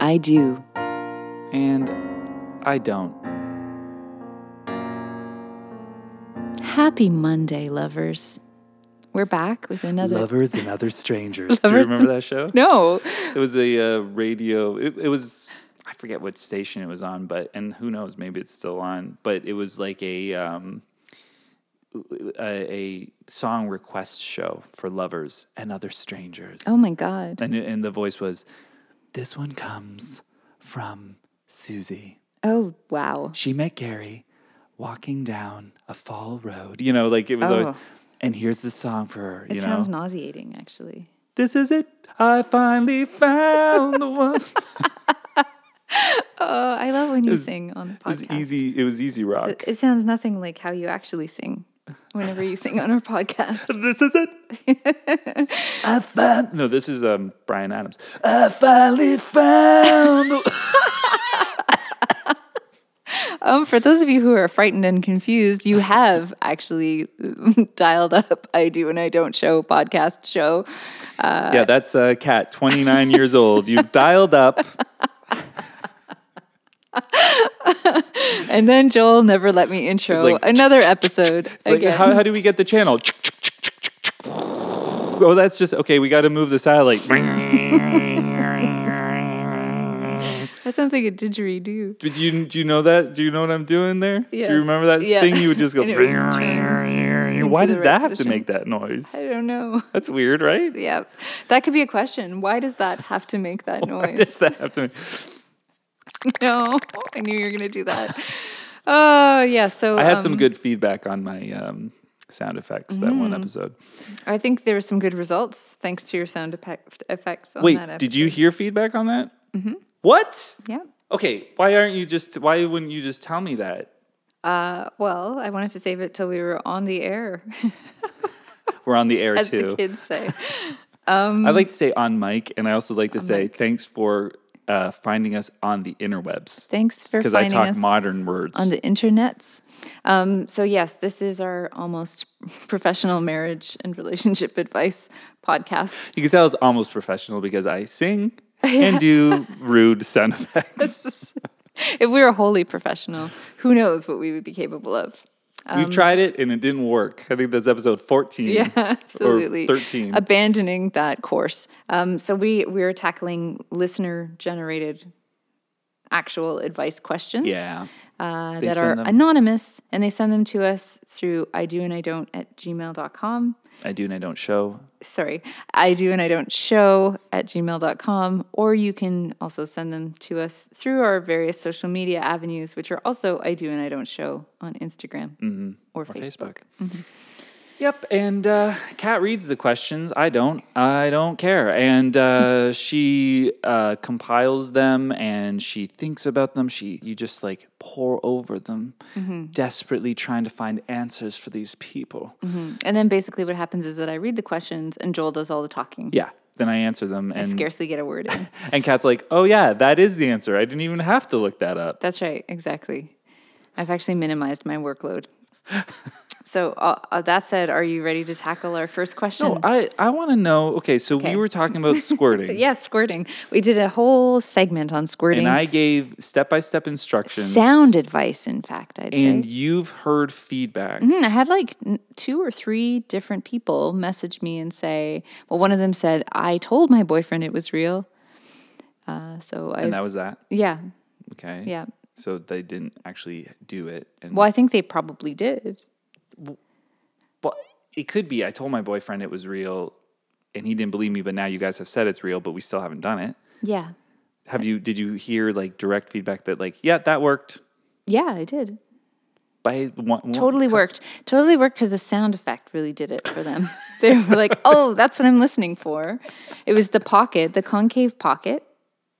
I do. And I don't. Happy Monday, lovers. We're back with another. Lovers and Other Strangers. Do you Lovers remember that show? No. It was a uh, radio, it, it was, I forget what station it was on, but, and who knows, maybe it's still on, but it was like a, um, a, a song request show for lovers and other strangers. Oh my God. And, and the voice was, This one comes from Susie. Oh, wow. She met Gary walking down a fall road. You know, like it was always, Oh. and here's the song for her. It you sounds know, nauseating, actually. this is it. I finally found the one. It Oh, I love when you was- sing on the podcast. was easy. It was easy rock. It sounds nothing like how you actually sing whenever you sing on our podcast. this is it. I found. No, this is um Brian Adams. I finally found. The- Um, for those of you who are frightened and confused, you have actually um, dialed up I Do and I Don't Show podcast show. yeah, that's uh, Kat, twenty nine years old. You dialed up. And then Joel never let me intro like- another episode It's like, again. how, how do we get the channel? Oh, that's just okay. We got to move the satellite. that sounds like a didgeridoo. Did you do you know that? Do you know what I'm doing there? Do Yes. you remember that Yeah. thing you would just go? And it would Why into does the that right have position. to make that noise? I don't know. That's weird, right? Yeah, that could be a question. Why does that have to make that Why noise? does that have to make? no, I knew you were gonna do that. Oh yeah, so I had um, Mm-hmm. some good feedback on my um, sound effects that one episode. I think there were some good results thanks to your sound epe- effects. On Wait, that did you hear feedback on that? Mm-hmm. What? Yeah. Okay, why aren't you just? Why wouldn't you just tell me that? Uh, well, I wanted to save it till we were on the air, We're on the air as too. the kids say. I like to say on mic, and I also like to say thanks for uh, finding us on the interwebs. Thanks for Because I finding talk us modern words. on the internets. Um, so yes, this is our almost professional marriage and relationship advice podcast. You can tell it's almost professional because I sing and do rude sound effects. If we were wholly professional, who knows what we would be capable Hmm. of? We've tried it and it didn't work. I think that's episode 14. Um, Yeah, absolutely. Or 13. Abandoning that course. Um, so we we are tackling listener generated actual advice questions. yeah. uh, They that send are them- anonymous and they send them to us through I do and I don't at gmail.com. I do and I don't show. Sorry, I do and I don't show at gmail.com. Or you can also send them to us through our various social media avenues, which are also I do and I don't show on Instagram or, Facebook. Mm-hmm. Mm-hmm. Facebook. Yep. And uh, Kat reads the questions. I don't. I don't care. And uh, she uh, compiles them and she thinks about them. She you just like pour over them, Mm-hmm. desperately trying to find answers for these people. Mm-hmm. And then basically what happens is that I read the questions and Joel does all the talking. Yeah. Then I answer them and Scarcely get a word in. And Kat's like, oh, yeah, that is the answer. I didn't even have to look that up. That's right, exactly. I've actually minimized my workload. so, uh, uh, that said, are you ready to tackle our first question? No, Oh, I, I want to know. Okay, so we were talking about squirting. yeah, squirting. We did a whole segment on squirting. And I gave step by step instructions. Sound advice, in fact, I'd And say. you've heard feedback. Mm, I had like n- two or three different people message me and say, well, one of them said, I told my boyfriend it was real. Uh, so I, And that s- was that. yeah, Okay. yeah. So they didn't actually do it. And Well, I think they probably did. Well, it could be. I told my boyfriend it was real and he didn't believe me, but now you guys have said it's real, but we still haven't done it. Yeah. Have you, did you hear like direct feedback that, like, yeah, that worked Yeah, I did. by one, one- Totally worked. Totally worked because the sound effect really did it for them. they were like, oh, that's what I'm listening for. It was the pocket, the concave pocket.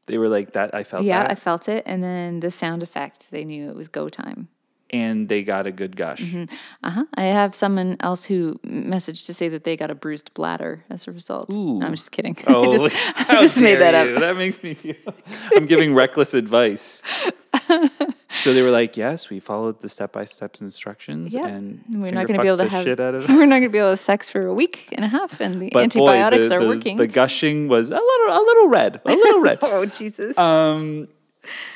They were like, that, I felt Yeah, that. I felt it. And then the sound effect, they knew it was go time. and they got a good gush. Uh huh. I have someone else who messaged to say that they got a bruised bladder as a result. No, I'm just kidding. I just, I Oh, how just made dare that up. you. That makes me feel. I'm giving reckless advice. So they were like, "Yes, we followed the step by step instructions, Yep. and we're not finger going to be able to fucked the have shit out of it." we're not going to be able to sex for a week and a half, and the But boy, antibiotics the- are the- working. The gushing was a little, a little red, a little red. oh Jesus! Um,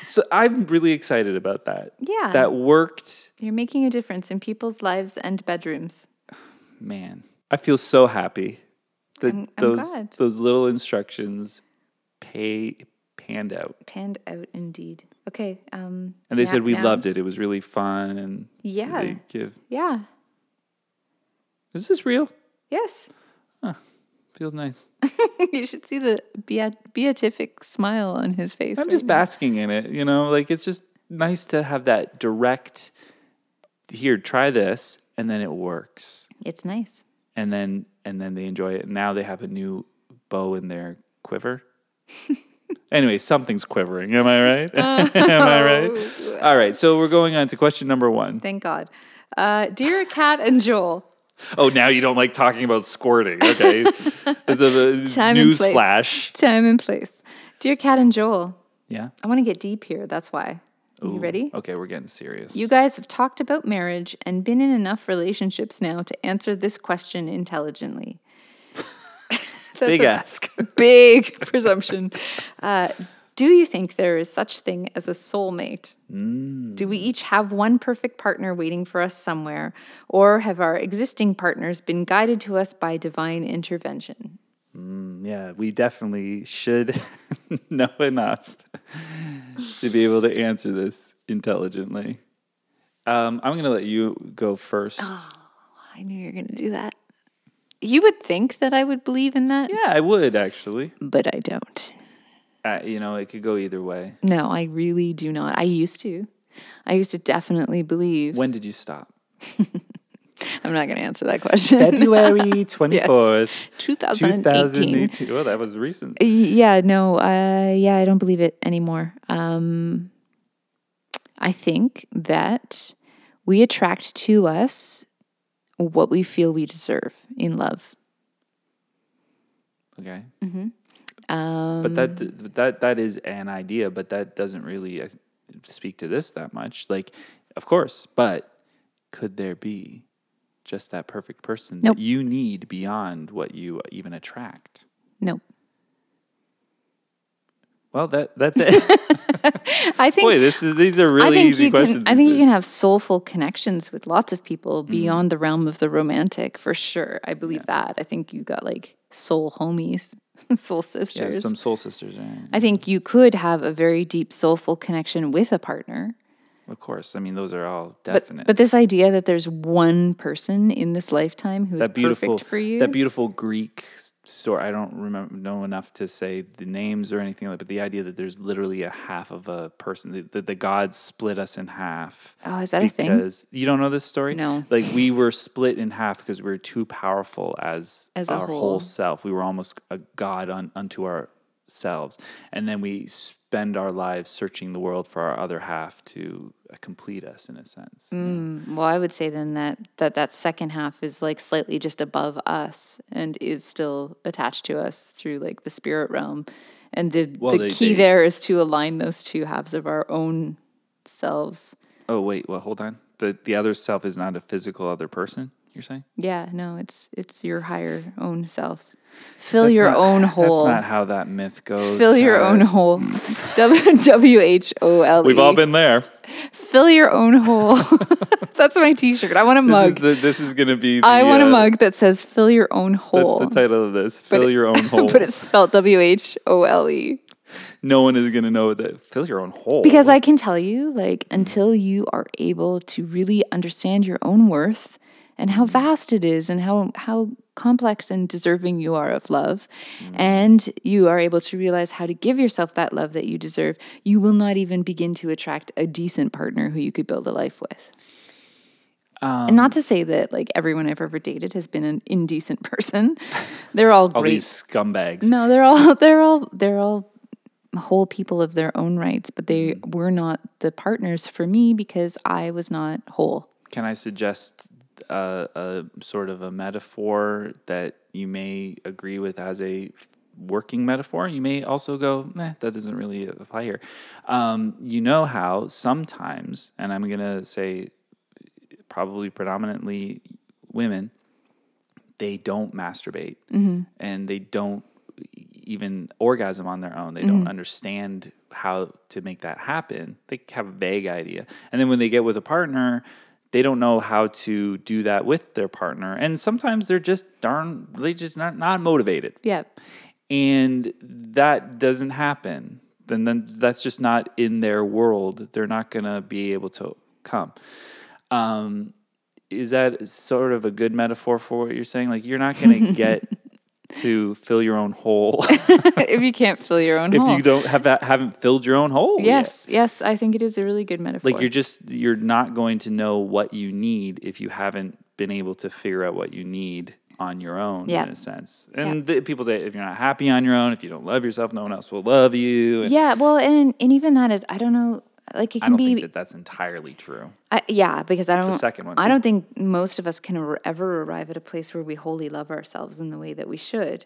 so I'm really excited about that. Yeah. that worked, You're making a difference in people's lives and bedrooms. man. I feel so happy that I'm- I'm those glad. those little instructions pay panned out. Panned out indeed. Okay. Um, And they said we loved it. It was really fun, and Yeah. they give. Yeah. Is this real? Yes. Feels nice. you should see the beat- beatific smile on his face. I'm right just now. basking in it, you know, like it's just nice to have that direct here, try this, and then it works. It's nice. And then and then they enjoy it. Now they have a new bow in their quiver. anyway, something's quivering. Am I right? Oh. Am I right? All right. So we're going on to question number one. Thank God. Uh, dear Cat and Joel. Oh, now you don't like talking about squirting. Okay. it's a, Time and news place. flash. Time and place. Dear Cat and Joel. Yeah. I want to get deep here. That's why. Are you Ooh, ready? Okay, we're getting serious. You guys have talked about marriage and been in enough relationships now to answer this question intelligently. That's Big a ask. big presumption. Uh, do you think there is such thing as a soulmate? Do we each have one perfect partner waiting for us somewhere, or have our existing partners been guided to us by divine intervention? Yeah, we definitely should know enough to be able to answer this intelligently. Um, I'm going to let you go first. I knew you were going to do that. You would think that I would believe in that, Yeah, I would actually. but I don't. Uh, you know, it could go either way. No, I really do not. I used to. I used to definitely believe. When did you stop? I'm not going to answer that question. February 24th, 2018. 2018. Well, that was recent. Y- Yeah, no, uh, yeah, I don't believe it anymore. Um, I think that we attract to us what we feel we deserve in love. Okay. Mm-hmm. Um, But that but that that is an idea, but that doesn't really uh, speak to this that much. Like, of course, but could there be just that perfect person Nope. that you need beyond what you uh, even attract? no, Well, that that's it. I think. Boy, this is these are I really think, easy you questions. Mm-hmm. can, I think these you days. can have soulful connections with lots of people beyond the realm of the romantic, for sure. I believe that. I think you got like soul homies, soul yeah, sisters. some soul sisters, right? I think you could have a very deep soulful connection with a partner. of course. I mean, those are all But, definite. but this idea that there's one person in this lifetime who is that beautiful perfect for you. that beautiful greek story i don't remember know enough to say the names or anything like but the idea that there's literally a half of a person that the, the god split us in half oh, is that a thing? because you don't know this story No. like we were split in half because we were too powerful as, As a our whole. whole. self we were almost a god un, unto ourselves and then we spend our lives searching the world for our other half to uh, complete us in a sense Mm, well, I would say then that, that that second half is like slightly just above us and is still attached to us through like the spirit realm. And the, Well, the they- key they- there is to align those two halves of our own selves. Oh wait, well hold on. The the other self is not a physical other person, you're saying? Yeah, no, it's it's your higher own self. Fill That's your not- own hole. That's not how that myth goes. Fill your Kat. own hole. W H O L E. We've all been there. Fill your own hole. That's my T-shirt. I want a This is, mug. the, this is gonna be the, I want a uh, mug that says "Fill your own That's hole," the title of this. Fill your own hole. but it's spelled W H O L E. no one is gonna know what that fill your own hole. Because I can tell you, like, until you are able to really understand your own worth and how vast it is and how, how complex and deserving you are of love, Mm-hmm. and you are able to realize how to give yourself that love that you deserve, you will not even begin to attract a decent partner who you could build a life with. and Um, not to say that like everyone I've ever dated has been an indecent person. They're all all great these scumbags. no, they're all they're all they're all whole people of their own rights, but they were not the partners for me because I was not whole. Can I suggest uh, a sort of a metaphor that you may agree with as a f- working metaphor. You may also go, eh, that doesn't really apply here. Um, you know how sometimes, and I'm going to say probably predominantly women, they don't masturbate and they don't even orgasm on their own. They don't understand how to make that happen. They have a vague idea. And then when they get with a partner, they don't know how to do that with their partner. And sometimes they're just darn, they just not, not motivated Yeah. and that doesn't happen then then that's just not in their world they're not going to be able to come um is that sort of a good metaphor for what you're saying like you're not going to get to fill your own hole if if you can't fill your own hole. you don't have that haven't filled your own hole yet. Oh. yes, yes, I think it is a really good metaphor. like you're just you're not going to know what you need if you haven't been able to figure out what you need on your own Yeah. in a sense and the people that if you're not happy on your own if you don't love yourself no one else will love you and yeah, well, and and even that is, I don't know, like it i can don't be, think that that's entirely true I, yeah, because I don't. second one. I don't think most of us can ar- ever arrive at a place where we wholly love ourselves in the way that we should.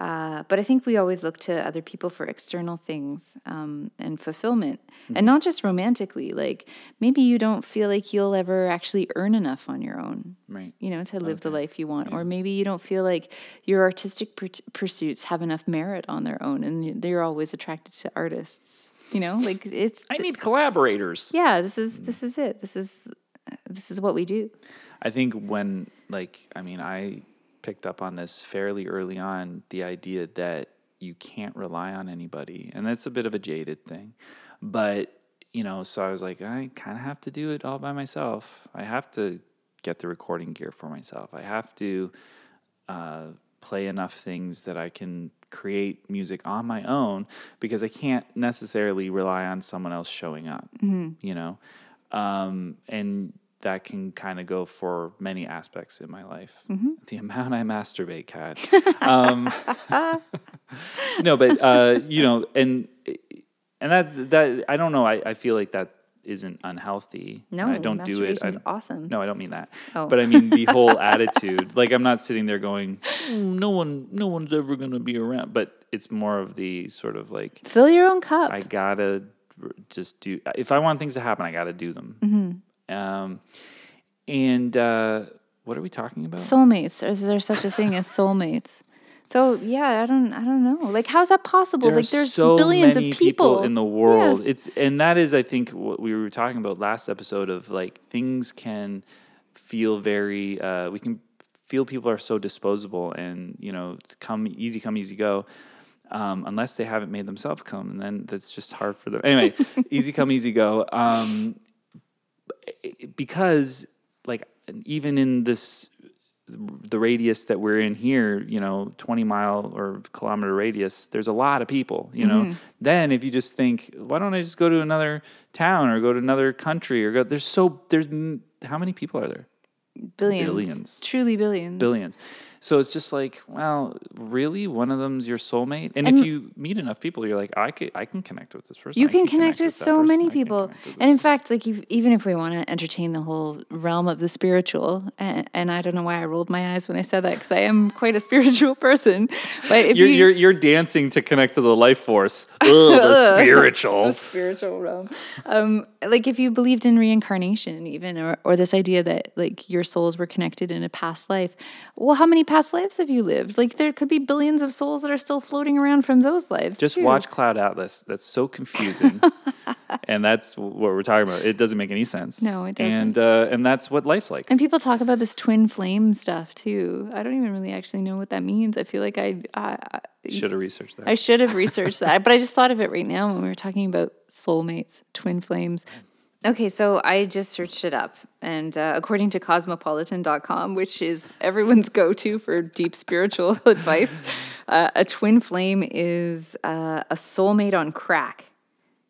Uh, but I think we always look to other people for external things um, and fulfillment, Mm-hmm. and not just romantically. Like maybe you don't feel like you'll ever actually earn enough on your own, right you know, to live the life you want, or maybe you don't feel like your artistic pur- pursuits have enough merit on their own, and you- they're always attracted to artists. You know, like it's i need collaborators yeah this is this is it this is this is what we do I think when like I mean I picked up on this fairly early on the idea that you can't rely on anybody and that's a bit of a jaded thing but you know so I was like I kind of have to do it all by myself I have to get the recording gear for myself I have to uh, play enough things that I can create music on my own because I can't necessarily rely on someone else showing up, Mm-hmm. you know? Um, and that can kind of go for many aspects in my life. Mm-hmm. The amount I masturbate, Kat. um, no, but, uh, you know, and, and that's that, I don't know. I, I feel like that isn't unhealthy. no And I don't do it. masturbation's I'm- awesome no, I don't mean that. Oh. But I mean the whole attitude. Like I'm not sitting there going, "Mm, no one, no one's ever gonna be around. But it's more of the sort of like fill your own cup I gotta r- just do. If I want things to happen, I gotta do them. Um, and uh, what are we talking about? soulmates is there such a thing as soulmates so yeah i don't i don't know like how's that possible There like are there's so billions many of people, in the world. Yes. It's and that is, I think, what we were talking about last episode of like things can feel very. Uh, we can feel people are so disposable, and you know, it's come easy, come easy, go. Um, unless they haven't made themselves come, and then that's just hard for them. Anyway, easy come, easy go. Um, because like even in this the radius that we're in here you know 20 mile or kilometer radius there's a lot of people you Mm-hmm. know then if you just think why don't i just go to another town or go to another country or go there's so there's m- how many people are there billions, billions. truly billions billions so it's just like well really one of them's your soulmate and, if you meet enough people you're like i can i can connect with this person you I can connect, with that so person, I many can people connect with this and in fact like if, even if we want to entertain the whole realm of the spiritual and, and i don't know why i rolled my eyes when i said that because i am quite a spiritual person but if you're, you, you're you're dancing to connect to the life force. Ugh, the spiritual. spiritual realm. Um, like if you believed in reincarnation, even or, or this idea that like your souls were connected in a past life. Well, how many past lives have you lived? Like there could be billions of souls that are still floating around from those lives. Just too. watch Cloud Atlas. That's so confusing, and that's what we're talking about. It doesn't make any sense. No, it doesn't. And uh, and that's what life's like. And people talk about this twin flame stuff too. I don't even really actually know what that means. I feel like I I, I- Should have researched that. I should have researched that, but I just thought of it right now when we were talking about soulmates, twin flames. Okay, so I just searched it up, and uh, according to cosmopolitan.com, which is everyone's go to for deep spiritual advice, uh, a twin flame is uh, a soulmate on crack.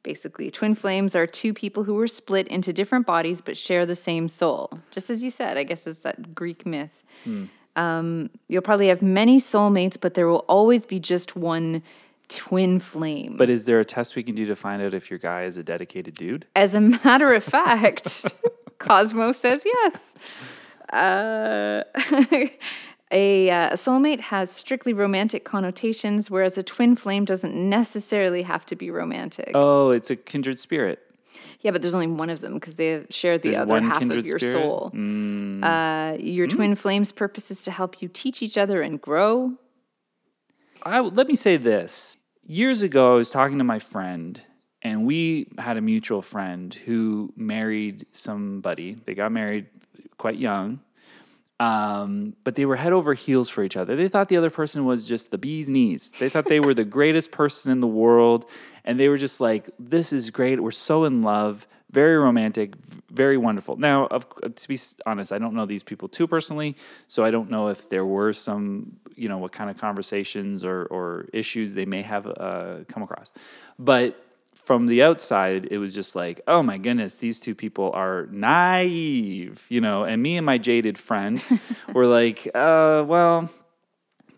Basically, twin flames are two people who were split into different bodies but share the same soul. Just as you said, I guess it's that Greek myth. Um, You'll probably have many soulmates, but there will always be just one twin flame. but is there a test we can do to find out if your guy is a dedicated dude? As a matter of fact, Cosmo says yes. Uh, A, uh, a soulmate has strictly romantic connotations, whereas a twin flame doesn't necessarily have to be romantic. Oh, it's a kindred spirit. Yeah, but there's only one of them because they share the There's other one half of kindred your spirit? Mm. soul. Uh, your twin flame's purpose is to help you teach each other and grow. I, let me say this. Years ago, I was talking to my friend, and we had a mutual friend who married somebody. They got married quite young, um, but they were head over heels for each other. They thought the other person was just the bee's knees. They thought they were the greatest person in the world, and they were just like, "This is great. We're so in love. Very romantic. Very wonderful." Now, of, to be s- honest, I don't know these people too personally, so I don't know if there were some, you know, what kind of conversations or or issues they may have uh, come across, but. From the outside, it was just like, oh my goodness, these two people are naive, you know. And me and my jaded friend were like, uh, well,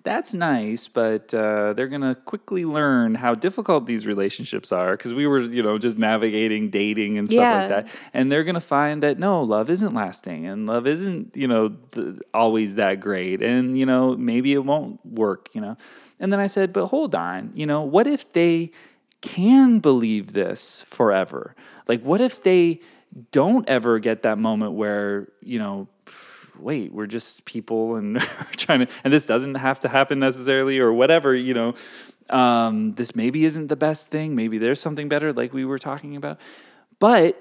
that's nice, but uh, they're gonna quickly learn how difficult these relationships are because we were, you know, just navigating dating and stuff Yeah. like that. And they're gonna find that no, love isn't lasting, and love isn't, you know, th- always that great, and you know, maybe it won't work, you know. And then I said, but hold on, you know, what if they can believe this forever? Like, what if they don't ever get that moment where you know wait, we're just people and we're trying to, and this doesn't have to happen necessarily or whatever, you know, um, this maybe isn't the best thing. Maybe there's something better, like we were talking about. But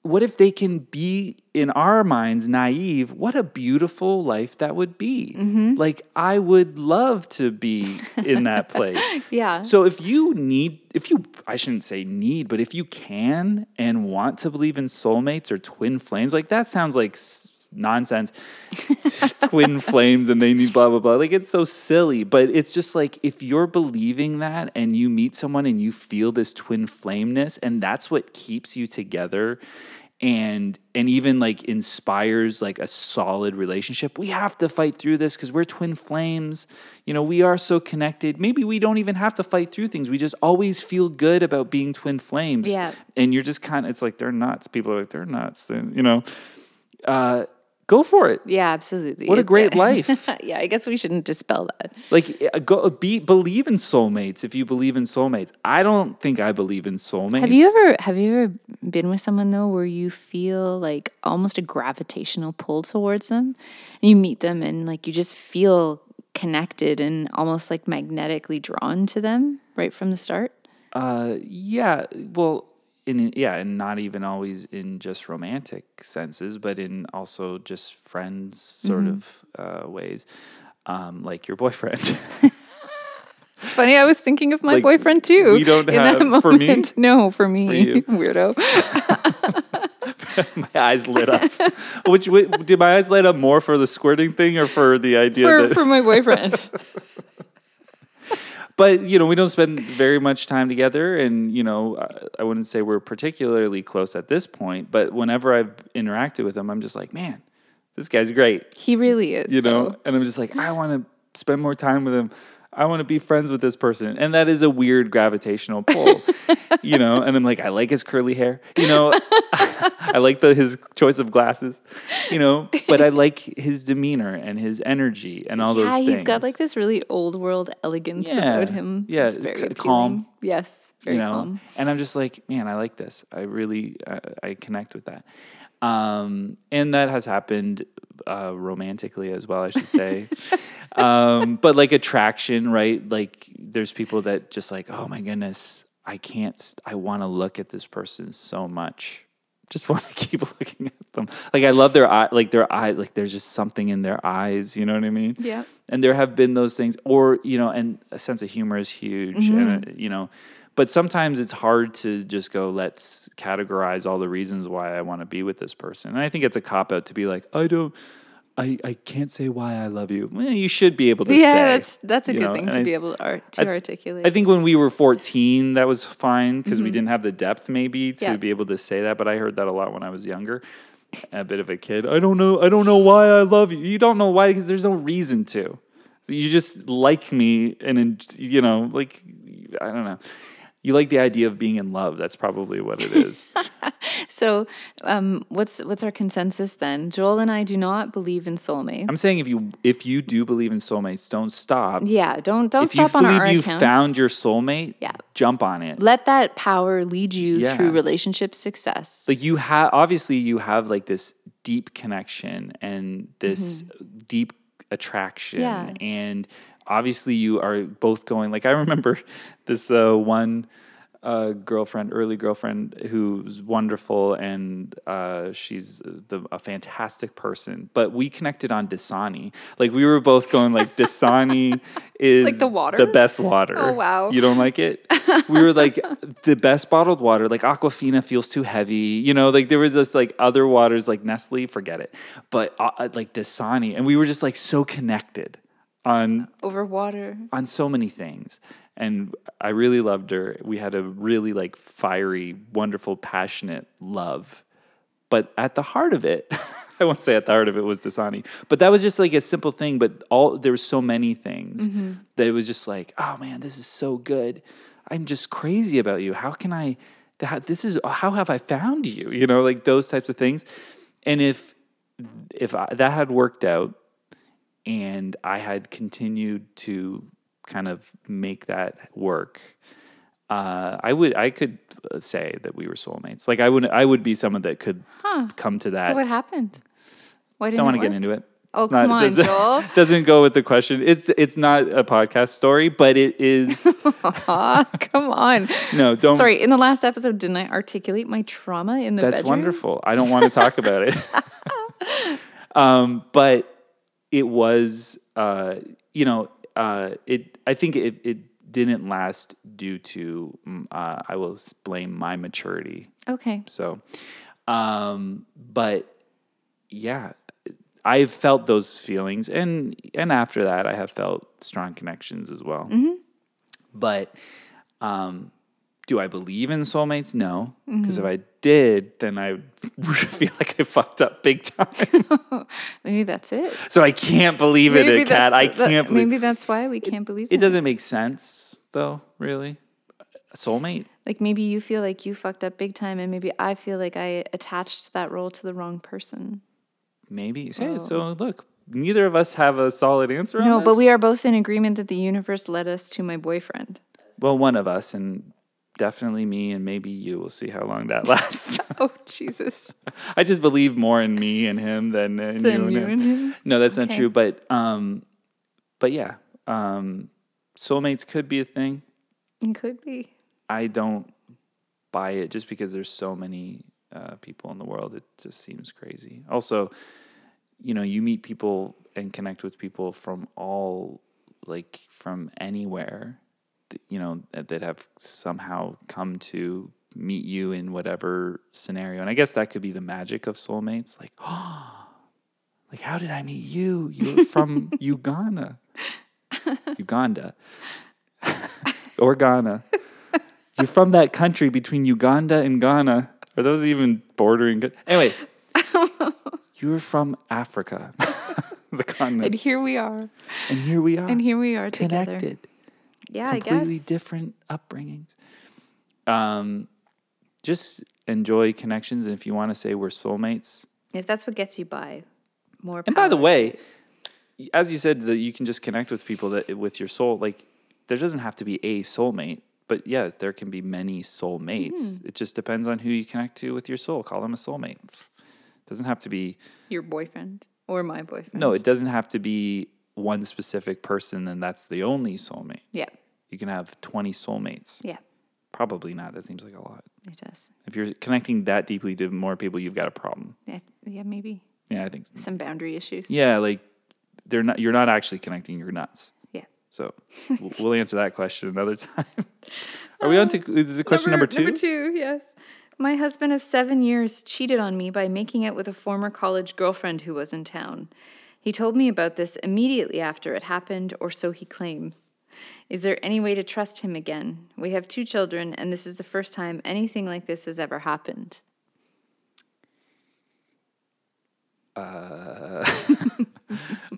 what if they can be in our minds naive? What a beautiful life that would be. Like, I would love to be in that place. Yeah. So if you need, if you, I shouldn't say need, but if you can and want to believe in soulmates or twin flames, like that sounds like s- nonsense. twin flames and they need blah blah blah. Like it's so silly, but it's just like if you're believing that and you meet someone and you feel this twin flameness, and that's what keeps you together and and even like inspires like a solid relationship we have to fight through this because we're twin flames you know we are so connected maybe we don't even have to fight through things we just always feel good about being twin flames Yeah. and you're just kind of it's like they're nuts people are like they're nuts and you know uh go for it Yeah, absolutely. What a It- great life. yeah, I guess we shouldn't dispel that. like uh, go be believe in soulmates if you believe in soulmates i don't think i believe in soulmates Have you ever have you ever been with someone though where you feel like almost a gravitational pull towards them? And you meet them and like you just feel connected and almost like magnetically drawn to them right from the start? Uh, yeah. Well, in yeah, and not even always in just romantic senses, but in also just friends sort Mm-hmm. of uh, ways, um, like your boyfriend. It's funny, I was thinking of my Like, boyfriend too. we don't have- for me? moment. No, for me. you. Weirdo. my eyes lit up. Which wi- did my eyes light up more for the squirting thing or for the idea For, that? for my boyfriend. but you know, we don't spend very much time together, and you know, I, I wouldn't say we're particularly close at this point. But whenever I've interacted with him, I'm just like, man, this guy's great. he really is. you know though. and i'm just like i want to spend more time with him i want to be friends with this person and that is a weird gravitational pull you know and i'm like i like his curly hair you know i like the his choice of glasses you know but i like his demeanor and his energy and all yeah, those things he's got like this really old world elegance Yeah. about him. Yeah, it's very c- calm. appealing. Yes, very you know calm. and i'm just like man i like this i really uh, i connect with that um and that has happened uh romantically as well i should say um but like attraction right like there's people that just like oh my goodness i can't st- i want to look at this person so much just want to keep looking at them like i love their eye like their eye like there's just something in their eyes you know what i mean Yeah. and there have been those things or you know and a sense of humor is huge and uh, you know but sometimes it's hard to just go let's categorize all the reasons why i want to be with this person and i think it's a cop out to be like i don't I, I can't say why I love you. Well, you should be able to yeah, say. that's that's a you good know, thing and to I- be able to, art, to I- articulate. I think when we were 14, that was fine because we didn't have the depth maybe to Yeah. be able to say that. But I heard that a lot when I was younger, a bit of a kid. I don't know. I don't know why I love you. You don't know why because there's no reason to. You just like me and, en- you know, like, I don't know. You like the idea of being in love. That's probably what it is. So, um, what's what's our consensus then? Joel and I do not believe in soulmates. I'm saying if you if you do believe in soulmates, don't stop. yeah, don't don't if you stop on believe our you account. found your soulmate, Yeah. jump on it. Let that power lead you Yeah. through relationship success. like you have obviously you have like this deep connection and this deep attraction Mm-hmm. Yeah. and obviously you are both going like i remember this uh, one uh, girlfriend early girlfriend who's wonderful and uh, she's the, a fantastic person but we connected on dasani like we were both going like dasani is Like the water? the best water Oh, wow. you don't like it? We were like the best bottled water. Like Aquafina feels too heavy. You know, like there was this like other waters like Nestle, forget it. But uh, uh, like Dasani, and we were just like so connected on Over water. on so many things. And I really loved her. We had a really like fiery, wonderful, passionate love. But at the heart of it, I won't say at the heart of it was Dasani, but that was just like a simple thing. But all there were so many things that it was just like, oh man, this is so good. I'm just crazy about you. How can I? That, this is how have I found you? You know, like those types of things. And if if I, that had worked out, and I had continued to kind of make that work, uh, I would I could uh, say that we were soulmates. Like I would I would be someone that could come to that. So what happened? Why didn't Don't want it to get work? into it. Oh, It's not- come on, doesn't, Joel. doesn't go with the question. It's it's not a podcast story, but it is. Aw, come on. no, don't. Sorry, in the last episode, didn't I articulate my trauma in the That's bedroom? wonderful. I don't want to talk about it. um, but it was, uh, you know, uh, it. I think it, it didn't last due to mm, uh, I will s- blame my maturity. Okay. So, um, but yeah, I've felt those feelings, and and after that, I have felt strong connections as well. Mm-hmm. But um, do I believe in soulmates? No, Mm-hmm. because if I did, then I would feel like I fucked up big time. Oh, Maybe that's it. so I can't believe it, Cat. I can't that- believe maybe that's why we can't believe it. it. Doesn't make sense though, really. A soulmate. Like maybe you feel like you fucked up big time, and maybe I feel like I attached that role to the wrong person. Maybe. Hey, so look, neither of us have a solid answer on No, but this. we are both in agreement that the universe led us to my boyfriend. Well, one of us, and definitely me, and maybe you. We'll see how long that lasts. Oh Jesus! I just believe more in me and him than in Than you, and, you him. and him? No, that's not Okay. true. But um, but yeah, um, soulmates could be a thing. It could be. I don't buy it just because there's so many uh, people in the world. It just seems crazy. Also, you know, you meet people and connect with people from all, like from anywhere, th- you know, that, that have somehow come to meet you in whatever scenario. And I guess that could be the magic of soulmates. Like, oh, like how did I meet you? You're from Uganda. Uganda. or Ghana. You're from that country between Uganda and Ghana. Are those even bordering? co- Anyway, you were from Africa, the And continent, here we are. and here we are, And here we are together. connected, Yeah, I completely guess. different upbringings. Um, just enjoy connections, and if you want to say we're soulmates, if that's what gets you by, more. and by the way, as you said, that you can just connect with people that with your soul. Like there doesn't have to be a soulmate, but yes, there can be many soulmates. It just depends on who you connect to with your soul. Call them a soulmate. Doesn't have to be your boyfriend or my boyfriend. no. It doesn't have to be one specific person, and that's the only soulmate. Yeah. You can have twenty soulmates. Yeah. Probably not. That seems like a lot. It does. If you're connecting that deeply to more people, you've got a problem. Yeah, yeah, maybe Yeah, I think. So. some boundary issues. Yeah, like they're not. You're not actually connecting. You're nuts. Yeah. So we'll- we'll answer that question another time. Are we on to is it question number, two? Uh, Number two, yes. My husband of seven years cheated on me by making out with a former college girlfriend who was in town. He told me about this immediately after it happened, or so he claims. Is there any way to trust him again? We have two children, and this is the first time anything like this has ever happened.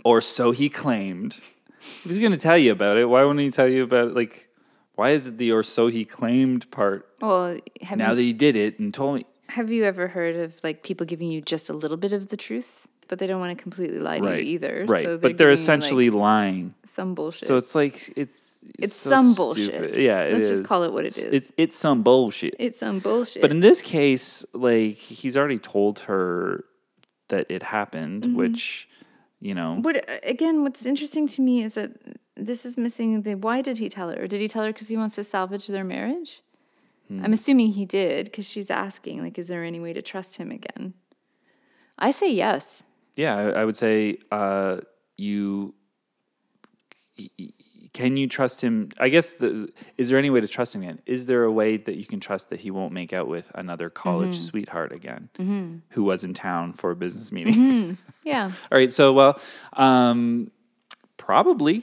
Or so he claimed. If he's going to tell you about it, why wouldn't he tell you about it? Like, why is it the or so he claimed part? Well, have Now you, that he did it and told me, Have you ever heard of like people giving you just a little bit of the truth, but they don't want to completely lie to right. you either? Right. so but they're giving you, like, essentially lying. some bullshit. So it's like it's It's so some bullshit. stupid. Yeah, it Let's just is. call it what it It's- is. It's it's some bullshit. it's some bullshit. But in this case, like he's already told her that it happened, Mm-hmm. which you know, what uh, again? What's interesting to me is that this is missing the why did he tell her? Did he tell her because he wants to salvage their marriage? Hmm. I'm assuming he did because she's asking like, is there any way to trust him again? I say yes. yeah, I, I would say uh, you y- y- can you trust him? I guess the is there any way to trust him again? Is there a way that you can trust that he won't make out with another college Mm-hmm. sweetheart again, who was in town for a business meeting? Mm-hmm. Yeah. All right. So, well, um, probably.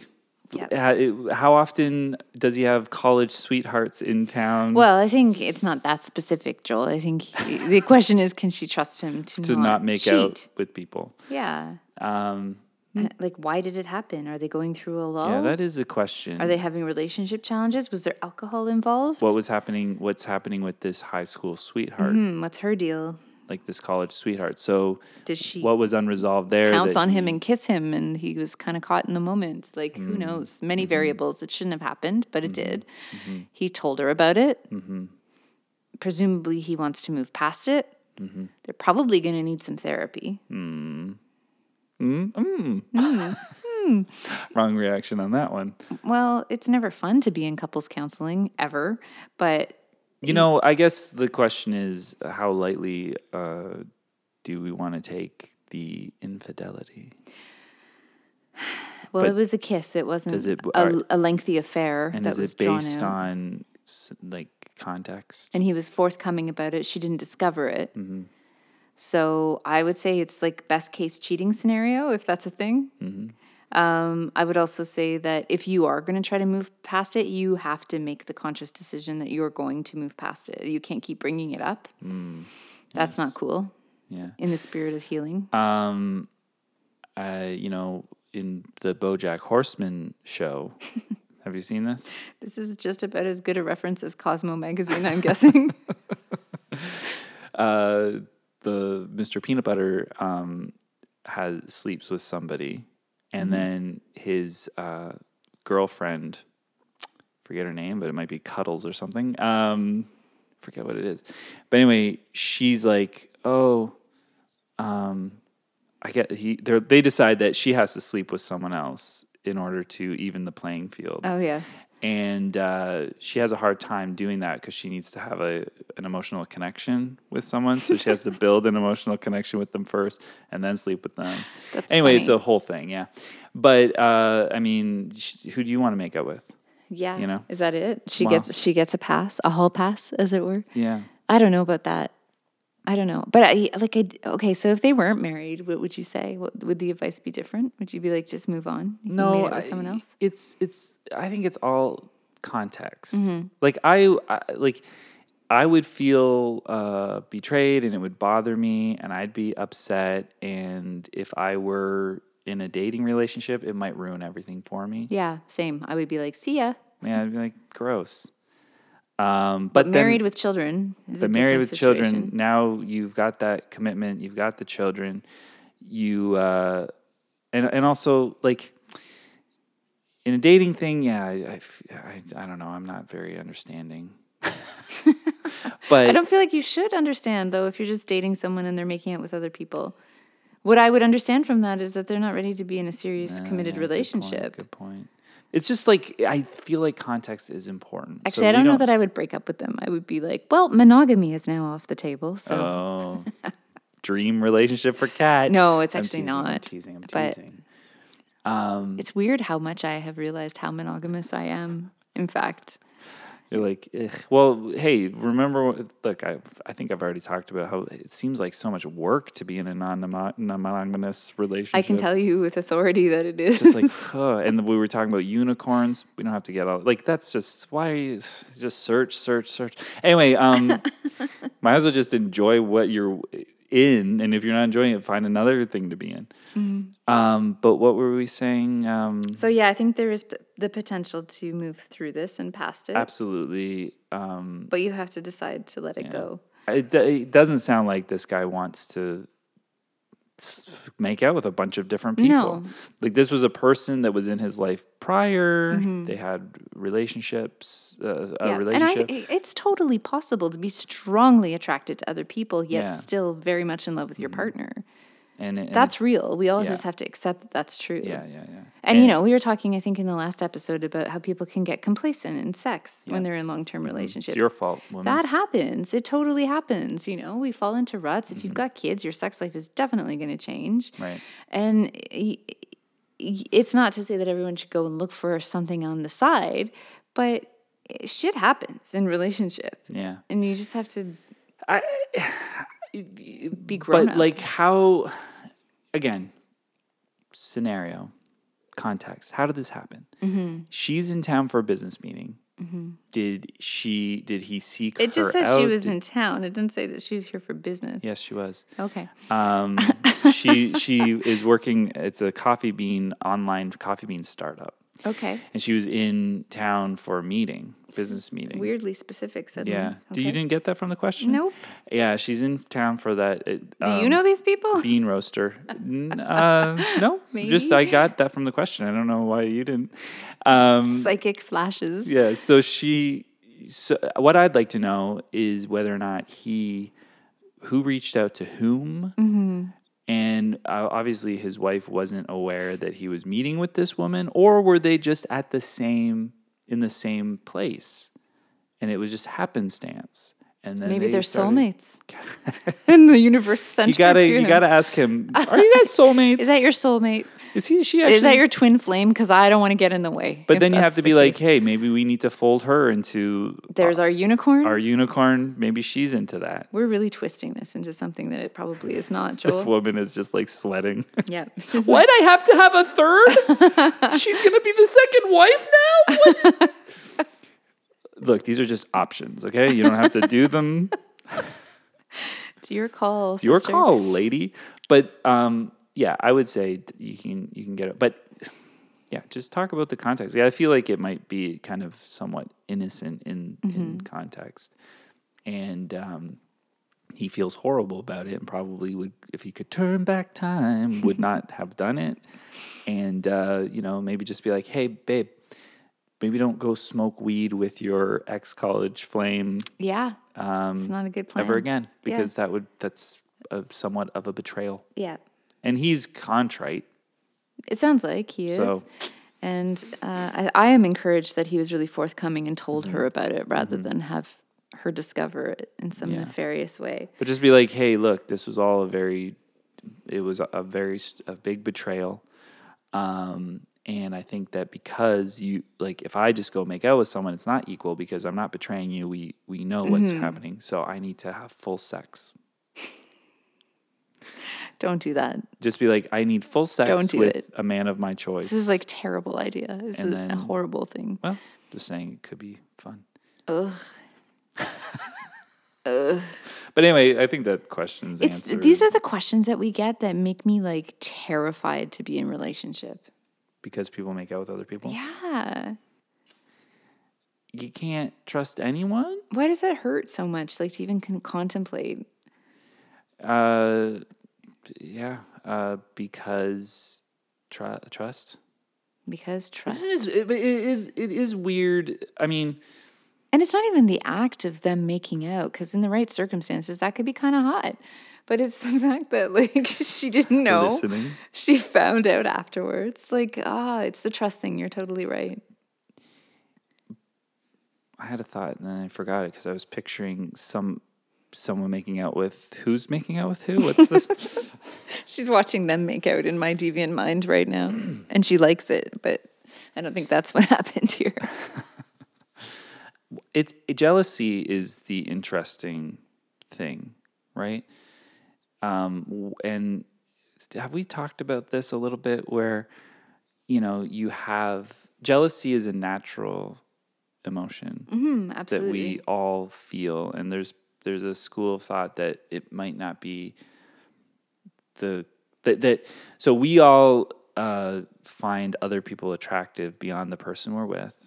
Yep. Ha- it- How often does he have college sweethearts in town? Well, I think it's not that specific, Joel. I think he- the question is, can she trust him to, to not make cheat? out with people. Yeah. Um, Uh, Like, why did it happen? Are they going through a lull? Yeah, that is a question. Oh. Are they having relationship challenges? Was there alcohol involved? what was happening? What's happening with this high school sweetheart, Hmm, what's her deal? like this college sweetheart? So, Does she what was unresolved there? pounce that on him he- Hmm. and kiss him? And he was kind of caught in the moment. Like, who knows? Many Mm-hmm. variables. It shouldn't have happened, but it did. He told her about it. Mm-hmm. Presumably, he wants to move past it. Mm-hmm. They're probably going to need some therapy. Hmm. wrong reaction on that one. Well, it's never fun to be in couples counseling ever, but You know, I guess the question is how lightly uh, do we want to take the infidelity? well, But it was a kiss. It wasn't does it- a, are- a lengthy affair And that is was it drawn based out. on s- like context? and he was forthcoming about it. She didn't discover it. Mm-hmm. So I would say it's like best case cheating scenario, if that's a thing. Mm-hmm. Um, I would also say that if you are going to try to move past it, you have to make the conscious decision that you're going to move past it. You can't keep bringing it up. Mm, That's not cool yeah. in the spirit of healing. Uh, you know, in the BoJack Horseman show, have you seen this? this is just about as good a reference as Cosmo magazine, I'm guessing. Uh, the Mr. Peanut Butter um, has sleeps with somebody, and then his uh, girlfriend, forget her name, but it might be Cuddles or something. Um, forget what it is, but anyway, she's like, "Oh, um, I get." He they're- they decide that she has to sleep with someone else in order to even the playing field oh, yes. and uh, she has a hard time doing that because she needs to have a an emotional connection with someone. So she has to build an emotional connection with them first, and then sleep with them. That's anyway, it's funny. a whole thing, yeah. But uh, I mean, sh- who do you want to make out with? Yeah. You know? Is that it? She Wow. gets she gets a pass, a hall pass, as it were. Yeah, I don't know about that. I don't know, but I like I okay. So if they weren't married, what would you say? What, would the advice be different? Would you be like, just move on? You made it with someone I- else. It's it's. I think it's all context. Mm-hmm. Like I, I like. I would feel uh, betrayed and it would bother me and I'd be upset. And if I were in a dating relationship, it might ruin everything for me. Yeah, same. I would be like, see ya. Yeah, I'd be like, gross. Um, but, then, married with children. Is but a different married with children, situation. now you've got that commitment, you've got the children, you, uh, and, and also like in a dating thing, yeah, I, I f- I- I don't know, I'm not very understanding. but uh, I don't feel like you should understand though if you're just dating someone and they're making out with other people. What I would understand from that is that they're not ready to be in a serious committed Yeah, good point, relationship. Good point, It's just like I feel like context is important. Actually, I don't, know that I would break up with them. I would be like, well, monogamy is now off the table. So Oh, dream relationship for cat. No, it's I'm actually teasing, I'm not, teasing. I'm but- teasing. Um, It's weird how much I have realized how monogamous I am. In fact, You're like, Ugh. well, hey, remember? what- Look, I I think I've already talked about how it seems like so much work to be in a non monogamous relationship. I can tell you with authority that it is. Just like, huh. and we were talking about unicorns. We don't have to get all like that's just why are you just search, search, search. Anyway, um, might as well just enjoy what you're in, and if you're not enjoying it, find another thing to be in. Mm-hmm. Um, but what were we saying? Um, so yeah, I think there is p- the potential to move through this and past it, absolutely. Um, but you have to decide to let it go. It, it doesn't sound like this guy wants to s- make out with a bunch of different people. No. Like this was a person that was in his life prior. They had relationships, uh, a relationship. Mm-hmm. And I, it's totally possible to be strongly attracted to other people, yet Yeah. Mm-hmm. still very much in love with your partner. and, and That's real. We all Yeah. just have to accept that that's true. yeah, yeah, yeah. And, you know, we were talking, I think, in the last episode about how people can get complacent in sex when they're in long term relationships. Mm-hmm. it's your fault, woman. That happens. It totally happens. You know, we fall into ruts. If you've got kids, your sex life is definitely going to change. Mm-hmm. Right. And y- y- it's not to say that everyone should go and look for something on the side, but shit happens in relationship. yeah. And you just have to be grown But up. like how again, scenario, context. How did this happen? Mm-hmm. She's in town for a business meeting. Did she did he seek it just her says out? she was Did- in town. It didn't say that she was here for business. Yes, she was. Okay. Um, she she is working it's a coffee bean online coffee bean startup. Okay. And she was in town for a meeting, business meeting. Weirdly specific suddenly. Yeah. Do you Okay. didn't get that from the question? Nope. Yeah, she's in town for that. it- Do you um, know these people? bean roaster. N- uh, no, just I got that from the question. I don't know why you didn't. Um, Psychic flashes. yeah, so she. So what I'd like to know is whether or not he, who reached out to whom, Mm-hmm. and uh, obviously his wife wasn't aware that he was meeting with this woman, or were they just at the same in the same place, and it was just happenstance. And then Maybe they they're started- soulmates. and the universe sent You her gotta, to you him. gotta ask him. Are you guys soulmates? Is that your soulmate? Is he? She actually? Is that your twin flame? Because I don't want to get in the way. But if then you have that's to the be like, uh, case. hey, maybe we need to fold her into there's our unicorn. our unicorn. Maybe she's into that. We're really twisting this into something that it probably is not, This Joel. woman is just like sweating. Yeah. Oh. what? I have to have a third? she's gonna be the second wife now. What? Look, these are just options. Okay, you don't have to do them. It's your call. Your sister. call, lady. But um, yeah, I would say th- you can you can get it. But yeah, just talk about the context. Yeah, I feel like it might be kind of somewhat innocent in Mm-hmm. in context, and um, he feels horrible about it, and probably would if he could turn back time would not have done it, and uh, you know maybe just be like, hey, babe. Maybe don't go smoke weed with your ex college flame Yeah. Um, it's not a good plan. ever again Yeah. because that would that's a, somewhat of a betrayal. Yeah. And he's contrite. It sounds like he is. So- And uh, I, I am encouraged that he was really forthcoming and told Mm-hmm. her about it rather than have her discover it in some nefarious way. But just be like, "Hey, look, this was all a very it was a very s- a big betrayal." Um and I think that because you like if I just go make out with someone, it's not equal because I'm not betraying you. We we know what's Mm-hmm. happening. So I need to have full sex. Don't do that. Just be like, "I need full sex Don't do with it. a man of my choice." This is like terrible idea. This is And a then- horrible thing. well, just saying it could be fun. Ugh. But anyway, I think that question's It's answered. these are the questions that we get that make me like terrified to be in relationship. because people make out with other people. Yeah. You can't trust anyone. Why does that hurt so much? Like to even con- contemplate. Uh, yeah, uh, because tr- trust. Because trust. This is it, it is it is weird. I mean, And it's not even the act of them making out, because in the right circumstances, that could be kind of hot. But it's the fact that, like, she didn't know. listening. She found out afterwards. Like, ah, it's the trust thing. You're totally right. I had a thought and then I forgot it because I was picturing some someone making out with who's making out with who. What's this? She's watching them make out in my deviant mind right now, and she likes it, but I don't think that's what happened here. it's jealousy is the interesting thing, right? Um, w- and have we talked about this a little bit where you know you have jealousy is a natural emotion Mm, that absolutely. we all feel and there's there's a school of thought that it might not be the that, that so we all uh, find other people attractive beyond the person we're with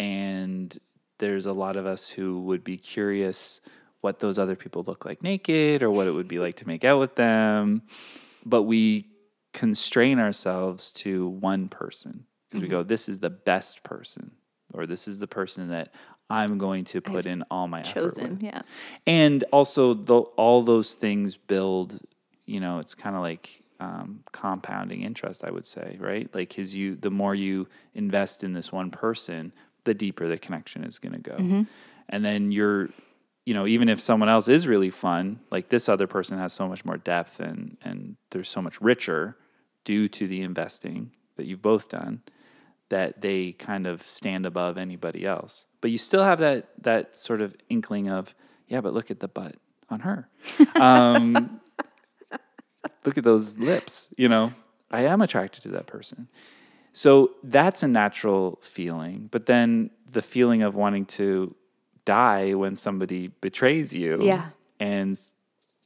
and there's a lot of us who would be curious what those other people look like naked or what it would be like to make out with them. But we constrain ourselves to one person because we go, this is the best person or this is the person that I'm going to put in all my effort chosen. with. Yeah. And also, the, all those things build, you know, it's kind of like um, compounding interest, I would say, right? Like, his you, the more you invest in this one person, the deeper the connection is going to go. And then you're, you know, even if someone else is really fun, like this other person has so much more depth and and they're so much richer due to the investing that you've both done that they kind of stand above anybody else. But you still have that that sort of inkling of, yeah, but look at the butt on her. Um, look at those lips, you know. I am attracted to that person. So that's a natural feeling, but then the feeling of wanting to die when somebody betrays you Yeah. and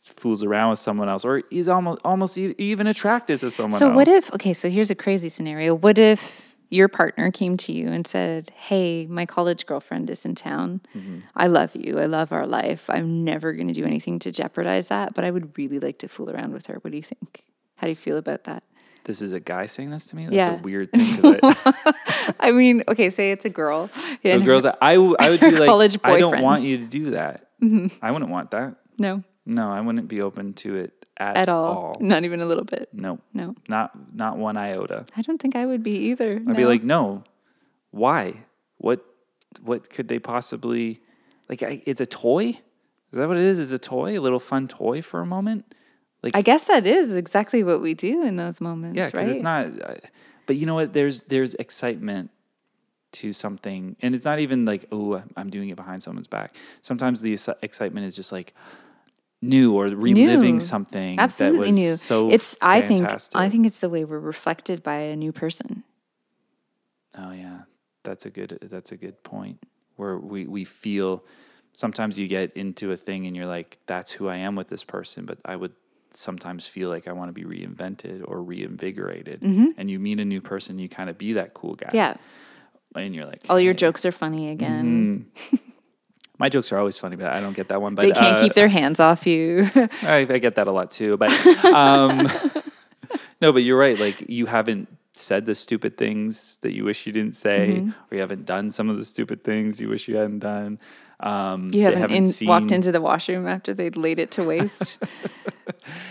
fools around with someone else or is almost almost e- even attracted to someone So else. what if okay, so here's a crazy scenario. What if your partner came to you and said, "Hey, my college girlfriend is in town. Mm-hmm. I love you. I love our life. I'm never going to do anything to jeopardize that, but I would really like to fool around with her. What do you think? How do you feel about that?" this is a guy saying this to me? That's Yeah. a weird thing 'cause I- I mean, okay, say it's a girl. So and her- girls, I, I w- I would be her like, college I don't boyfriend. Mm-hmm. want you to do that. I wouldn't want that. no, No, I wouldn't be open to it at, at all. Oh. Not even a little bit. No, No. not not one iota. I don't think I would be either. I'd be like, no, why? What what could they possibly like? I, it's a toy. Is that what it is? Is a toy? A little fun toy for a moment? Like, I guess that is exactly what we do in those moments, yeah, right? because it's not. I- But you know what? There's there's excitement to something, and it's not even like, oh, I'm- I'm doing it behind someone's back. Sometimes the exci- excitement is just like new or reliving New. something that absolutely was new. so it's fantastic. I think I think it's the way we're reflected by a new person. Oh yeah, that's a good that's a good point. Where we we feel sometimes you get into a thing and you're like, that's who I am with this person, but I would sometimes feel like I want to be reinvented or reinvigorated. Mm-hmm. And you meet a new person, you kind of be that cool guy. Yeah. and you're like, All your "Hey." jokes are funny again. Mm-hmm. My jokes are always funny, but I don't get that one. But They can't uh, keep their hands off you. I, I get that a lot too. But um, no, but you're right. Like you haven't said the stupid things that you wish you didn't say, Mm-hmm. or you haven't done some of the stupid things you wish you hadn't done. Um, you they haven't, in, walked seen- into the washroom after they'd laid it to waste.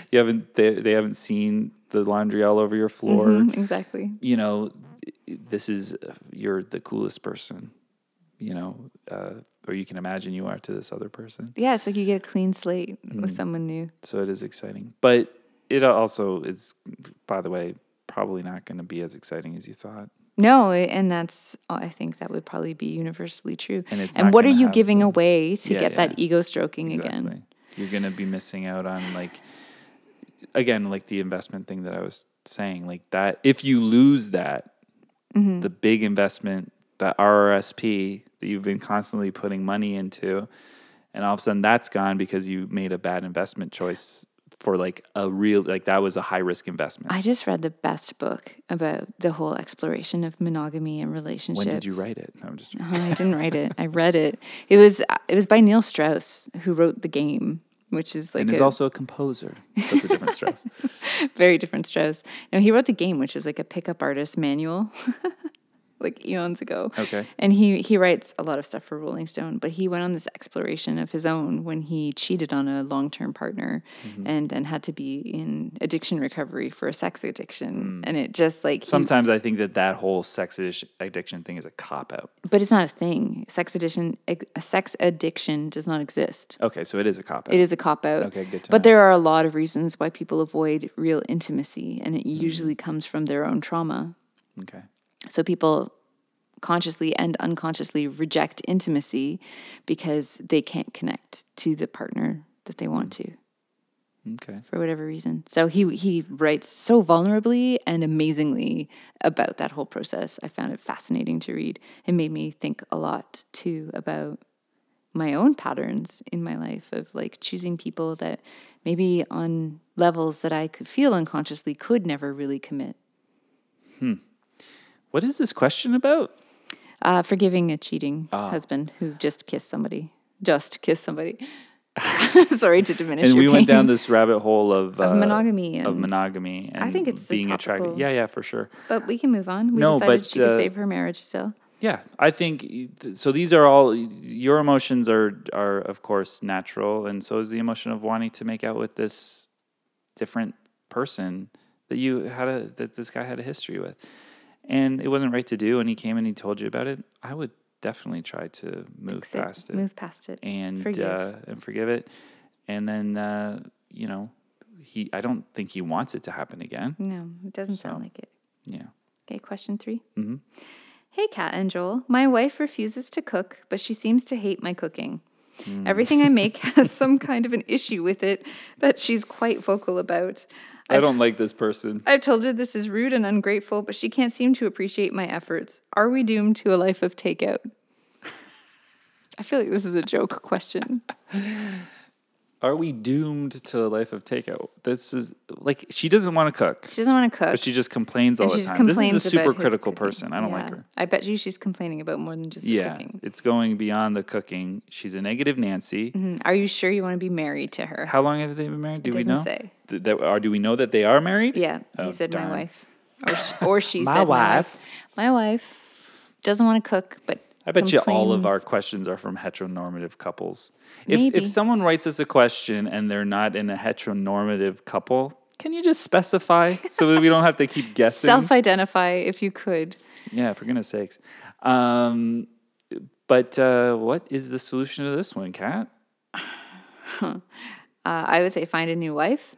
You haven't. They, they haven't seen the laundry all over your floor. Mhm, exactly. you know, this is you're the coolest person. You know, uh, or you can imagine you are to this other person. Yeah, it's like you get a clean slate Mm. with someone new. so it is exciting. But it also is, by the way, probably not going to be as exciting as you thought. No, and that's uh, I think that would probably be universally true. And it's not what are gonna you have giving the- away to Yeah, get yeah. that ego stroking again? You're going to be missing out on like, again, like the investment thing that I was saying, like that. If you lose that, Mm-hmm. the big investment, the RRSP that you've been constantly putting money into, and all of a sudden that's gone because you made a bad investment choice for like a real like that was a high risk investment. I just read the best book about the whole exploration of monogamy and relationship. when did you write it? I'm just Oh, I didn't write it. I read it. It was uh, it was by Neil Strauss who wrote The Game, which is like and is a also a composer. That's a different stress. very different Strauss. No, he wrote The Game, which is like a pickup artist manual, like eons ago. Okay. And he he writes a lot of stuff for Rolling Stone, but he went on this exploration of his own when he cheated on a long term partner, Mm-hmm. and then had to be in addiction recovery for a sex Mm. addiction, and it just like he Sometimes I think that that whole sex addic- addiction thing is a cop out. But it's not a thing. Sex addiction, a sex addiction does not exist. Okay, so it is a cop out. It is a cop out. Okay, good to But know. there are a lot of reasons why people avoid real intimacy, and it Mm. usually comes from their own trauma. Okay. So people consciously and unconsciously reject intimacy because they can't connect to the partner that they want Mm. to Okay. for whatever reason. So he he writes so vulnerably and amazingly about that whole process. I found it fascinating to read. It made me think a lot too about my own patterns in my life of like choosing people that maybe on levels that I could feel unconsciously could never really commit. What is this question about? Ah. Uh, forgiving a cheating husband who just kissed somebody, just kissed somebody. Sorry to diminish. and your we went pain. down this rabbit hole of, uh, monogamy of and- monogamy and think it's a being attracted topical- yeah yeah for sure But we can move on. We No, decided but, she could uh, save her marriage still. yeah i think y- th- so these are all your emotions are are of course natural and so is the emotion of wanting to make out with this different person that you had a that this guy had a history with and it wasn't right to do and he came and he told you about it i would definitely try to move Fix it. past it Move past it. and Forgive. Uh, and forgive it. And then uh, you know, he I don't think he wants it to happen again. no, it doesn't sound so. like it. Yeah. Okay, question 3 Mm-hmm. Hey, Kat and Joel. My wife refuses to cook, but she seems to hate my cooking. Hmm. Everything I make has some kind of an issue with it that she's quite vocal about. I don't like this person. I've told her this is rude and ungrateful, but she can't seem to appreciate my efforts. Are we doomed to a life of takeout? I feel like this is a joke question. Are we doomed to a life of takeout? This is like she doesn't want to cook, She doesn't want to cook. but she just complains all and the she just time. complains this is a super about his critical cooking. person. I don't like Yeah. her. I bet you she's complaining about more than just the Yeah, cooking. it's going beyond the cooking. She's a negative Nancy. Mm, Are you sure you want to be married to her? How long have they been married? Do we doesn't know? say. Th- that, or do we know that they are married? Yeah, Oh, he said darn. my wife, or she, or she My said wife. my wife. My wife doesn't want to cook, but I bet you all of our complains. questions are from heteronormative couples. If Maybe. if someone writes us a question and they're not in a heteronormative couple, can you just specify so that we don't have to keep guessing? self-identify if you could. yeah, for goodness sakes. Um, but uh, what is the solution to this one, Kat? Uh, I would say find a new wife.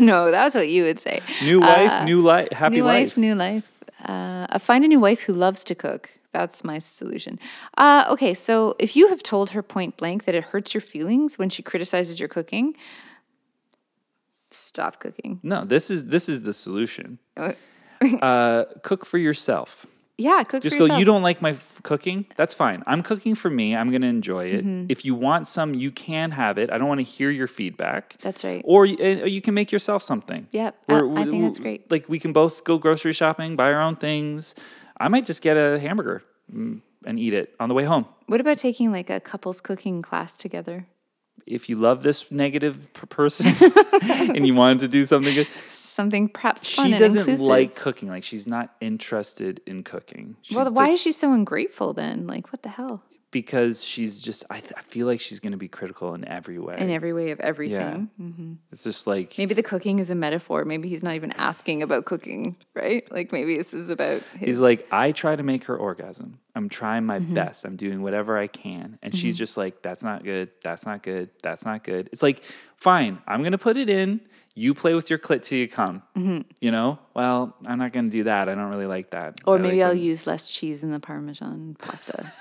no, that's what you would say. New wife, new life, happy Uh, new life. new life. Uh, uh, find a new wife who loves to cook. That's my solution. Uh, okay, so if you have told her point blank that it hurts your feelings when she criticizes your cooking, stop cooking. no, this is this is the solution. uh, cook for yourself. Yeah, cook Just for go, yourself. you don't like my f- cooking? That's fine. I'm cooking for me. I'm going to enjoy it. Mm-hmm. If you want some, you can have it. I don't want to hear your feedback. That's right. Or y- and- or you can make yourself something. Yep, I- We're- I we- think that's we- great. Like we can both go grocery shopping, buy our own things. I might just get a hamburger mm, and eat it on the way home. What about taking like a couples cooking class together? If you love this negative p- person and you wanted to do something good, Something perhaps fun she and doesn't inclusive. like cooking. Like she's not interested in cooking. She's Well, the- why is she so ungrateful then? Like, what the hell? because she's just I, th- I feel like she's going to be critical in every way In every way of everything. Mm-hmm. yeah it's just like Maybe the cooking is a metaphor. Maybe he's not even asking about cooking, right? Like maybe this is about his. he's like i try to make her orgasm i'm trying my Mm-hmm. best i'm doing whatever i can and she's just like that's not good that's not good that's not good it's like fine i'm going to put it in you play with your clit till you come Mm-hmm. you know well i'm not going to do that i don't really like that or I maybe like I'll when- use less cheese in the Parmesan pasta.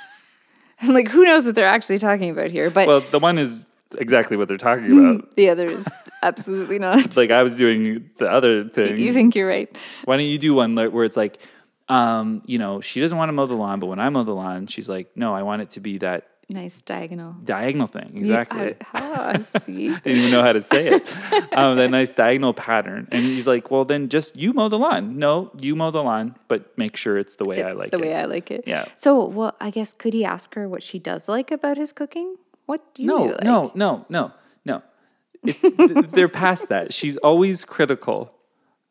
And like, who knows what they're actually talking about here? But well the one is exactly what they're talking about the other is absolutely not. like i was doing the other thing you think you're right. Why don't you do one li- where it's like, um, you know, she doesn't want to mow the lawn, but when I mow the lawn, she's like, no, I want it to be that Nice diagonal. diagonal thing. You- Exactly. I, Ah, ah, see. didn't even know how to say it. um, that nice diagonal pattern. And he's like, well, then just you mow the lawn. No, you mow the lawn, but make sure it's the way I It's like the it. way I like it. Yeah. So, well, I guess could he ask her what she does like about his cooking? What do you no, like? no, no, no, no. It's, th- they're past that. She's always critical.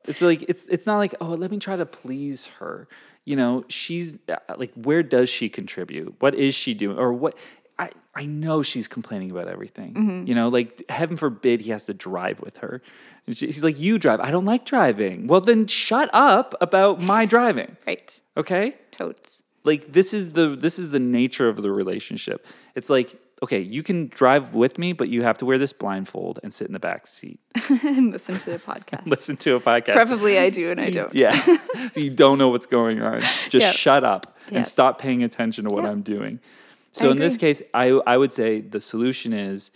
It's like it's it's not like oh let me try to please her. You know she's uh, like where does she contribute? What is she doing? Or what? I I know she's complaining about everything. Mm-hmm. You know like heaven forbid he has to drive with her. And she, she's like you drive. I don't like driving. Well then shut up about my driving. Right. Okay Totes. like this is the this is the nature of the relationship it's like okay you can drive with me but you have to wear this blindfold and sit in the back seat and listen to the podcast. listen to a podcast Probably I do and I don't. yeah So you don't know what's going on just Yeah. shut up Yeah. and stop paying attention to what Yeah. i'm doing so in this agree. case i i would say the solution is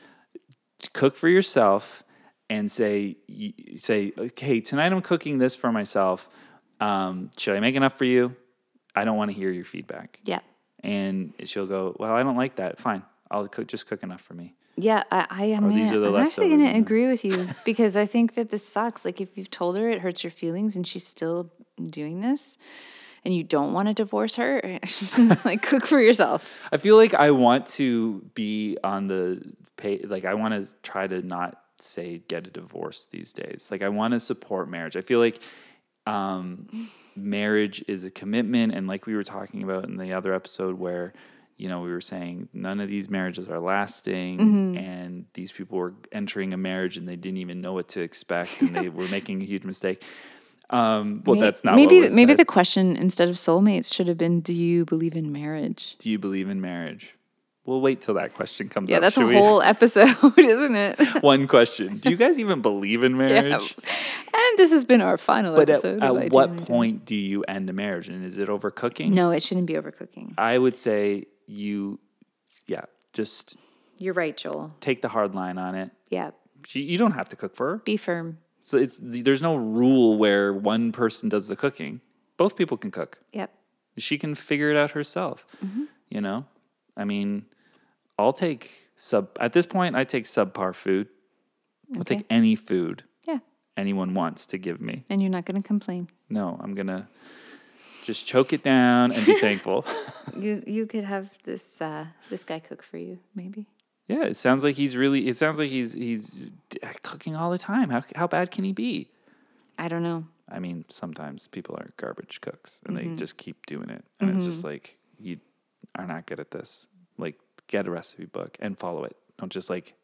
to cook for yourself and say y- say okay tonight i'm cooking this for myself um, should i make enough for you i don't want to hear your feedback Yeah. and she'll go, "Well, I don't like that. Fine, I'll cook, just cook enough for me." Yeah, I, I am Oh, these are gonna, the I'm actually leftovers, going isn't to it? agree with you because I think that this sucks. Like, if you've told her it hurts your feelings and she's still doing this, and you don't want to divorce her, It's like cook for yourself. I feel like I want to be on the pay. Like I want to try to not say get a divorce these days. Like I want to support marriage. I feel like um, marriage is a commitment, and like we were talking about in the other episode where. You know, we were saying none of these marriages are lasting, Mm-hmm. and these people were entering a marriage and they didn't even know what to expect, and they were making a huge mistake. Um, well, May- that's not maybe What was maybe said. the question instead of soulmates should have been, "Do you believe in marriage?" Do you believe in marriage? We'll wait till that question comes Yeah, up. that's a Should we- whole episode, isn't it? one question. Do you guys even believe in marriage? and this has been our final But at, episode. at of I Do what and I Don't. point do you end a marriage? And is it over cooking? No, it shouldn't be overcooking. I would say you, yeah, just You're right, Joel. take the hard line on it. Yeah, She, you don't have to cook for her. be firm. So it's there's no rule where one person does the cooking. Both people can cook. Yep. She can figure it out herself. You know, I mean, I'll take sub at this point. I take subpar food. I'll take any food Yeah. anyone wants to give me. And you're not going to complain. No, I'm gonna just choke it down and be thankful. You you could have this uh, this guy cook for you, maybe. yeah, it sounds like he's really. It sounds like he's he's d- cooking all the time. How how bad can he be? I don't know. I mean, sometimes people are garbage cooks and Mm-hmm. they just keep doing it, and it's just like you are not good at this. Like, get a recipe book and follow it. Don't just like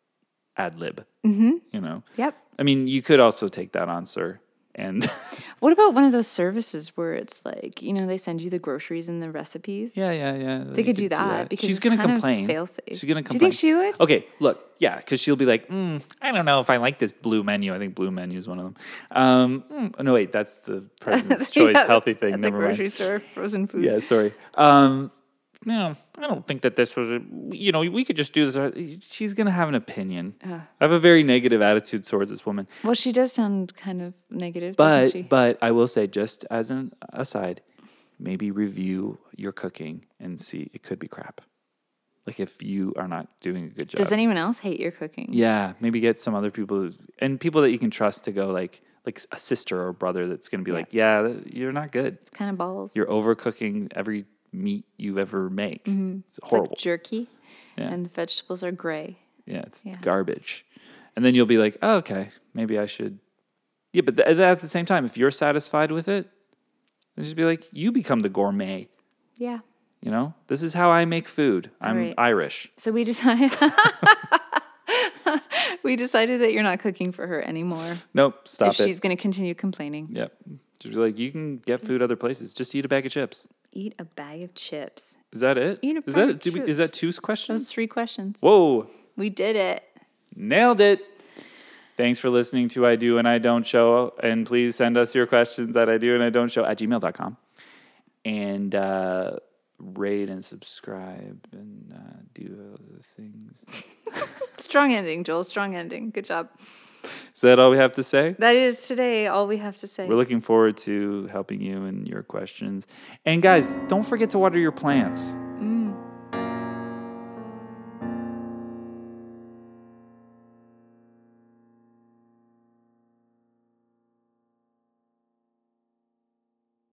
ad lib. Mm-hmm. You know. Yep. I mean, you could also take that on, sir, and. What about one of those services where it's like you know they send you the groceries and the recipes? Yeah, yeah, yeah. They could do that because she's it's gonna kind of complain. fail-safe. She's gonna Do you complain. think she would? Okay, look, yeah, because she'll be like, mm, I don't know if I like this blue menu. I think blue menu is one of them. Um, mm, no, wait, that's the President's Yeah, Choice healthy that's thing. At Never the grocery mind. store, frozen food. Yeah, sorry. Um, no, I don't think that this was. A, you know, we could just do this. Uh, She's gonna have an opinion. Uh. I have a very negative attitude towards this woman. Well, she does sound kind of negative, doesn't she? But but I will say, just as an aside, maybe review your cooking and see it could be crap. Like if you are not doing a good job. does anyone else hate your cooking? yeah, maybe get some other people and people that you can trust to go like like a sister or brother that's going to be like, yeah, th- you're not good. It's kind of balls. You're overcooking every meat you ever make. It's Mm-hmm. it's like horrible. jerky, Yeah. and the vegetables are gray. Yeah, it's Yeah. garbage. And then you'll be like, oh, okay, maybe I should. Yeah, but th- at the same time, if you're satisfied with it, then just be like, you become the gourmet. Yeah. You know, this is how I make food. I'm Right. Irish. So we decided we decided that you're not cooking for her anymore. Nope, stop if it. she's going to continue complaining, yep. Just be like, you can get food other places. Just eat a bag of chips. eat a bag of chips. Is that it? Eat a is bag that of did we, is that two questions? Those three questions. Whoa, We did it. nailed it. Thanks for listening to I Do and I Don't Show. And please send us your questions at I Do and I Don't Show at gmail.com. And uh, rate and subscribe and uh, do all those things. Strong ending, Joel. Strong ending. Good job. Is that all we have to say? That is today all we have to say. We're looking forward to helping you and your questions. And guys, don't forget to water your plants.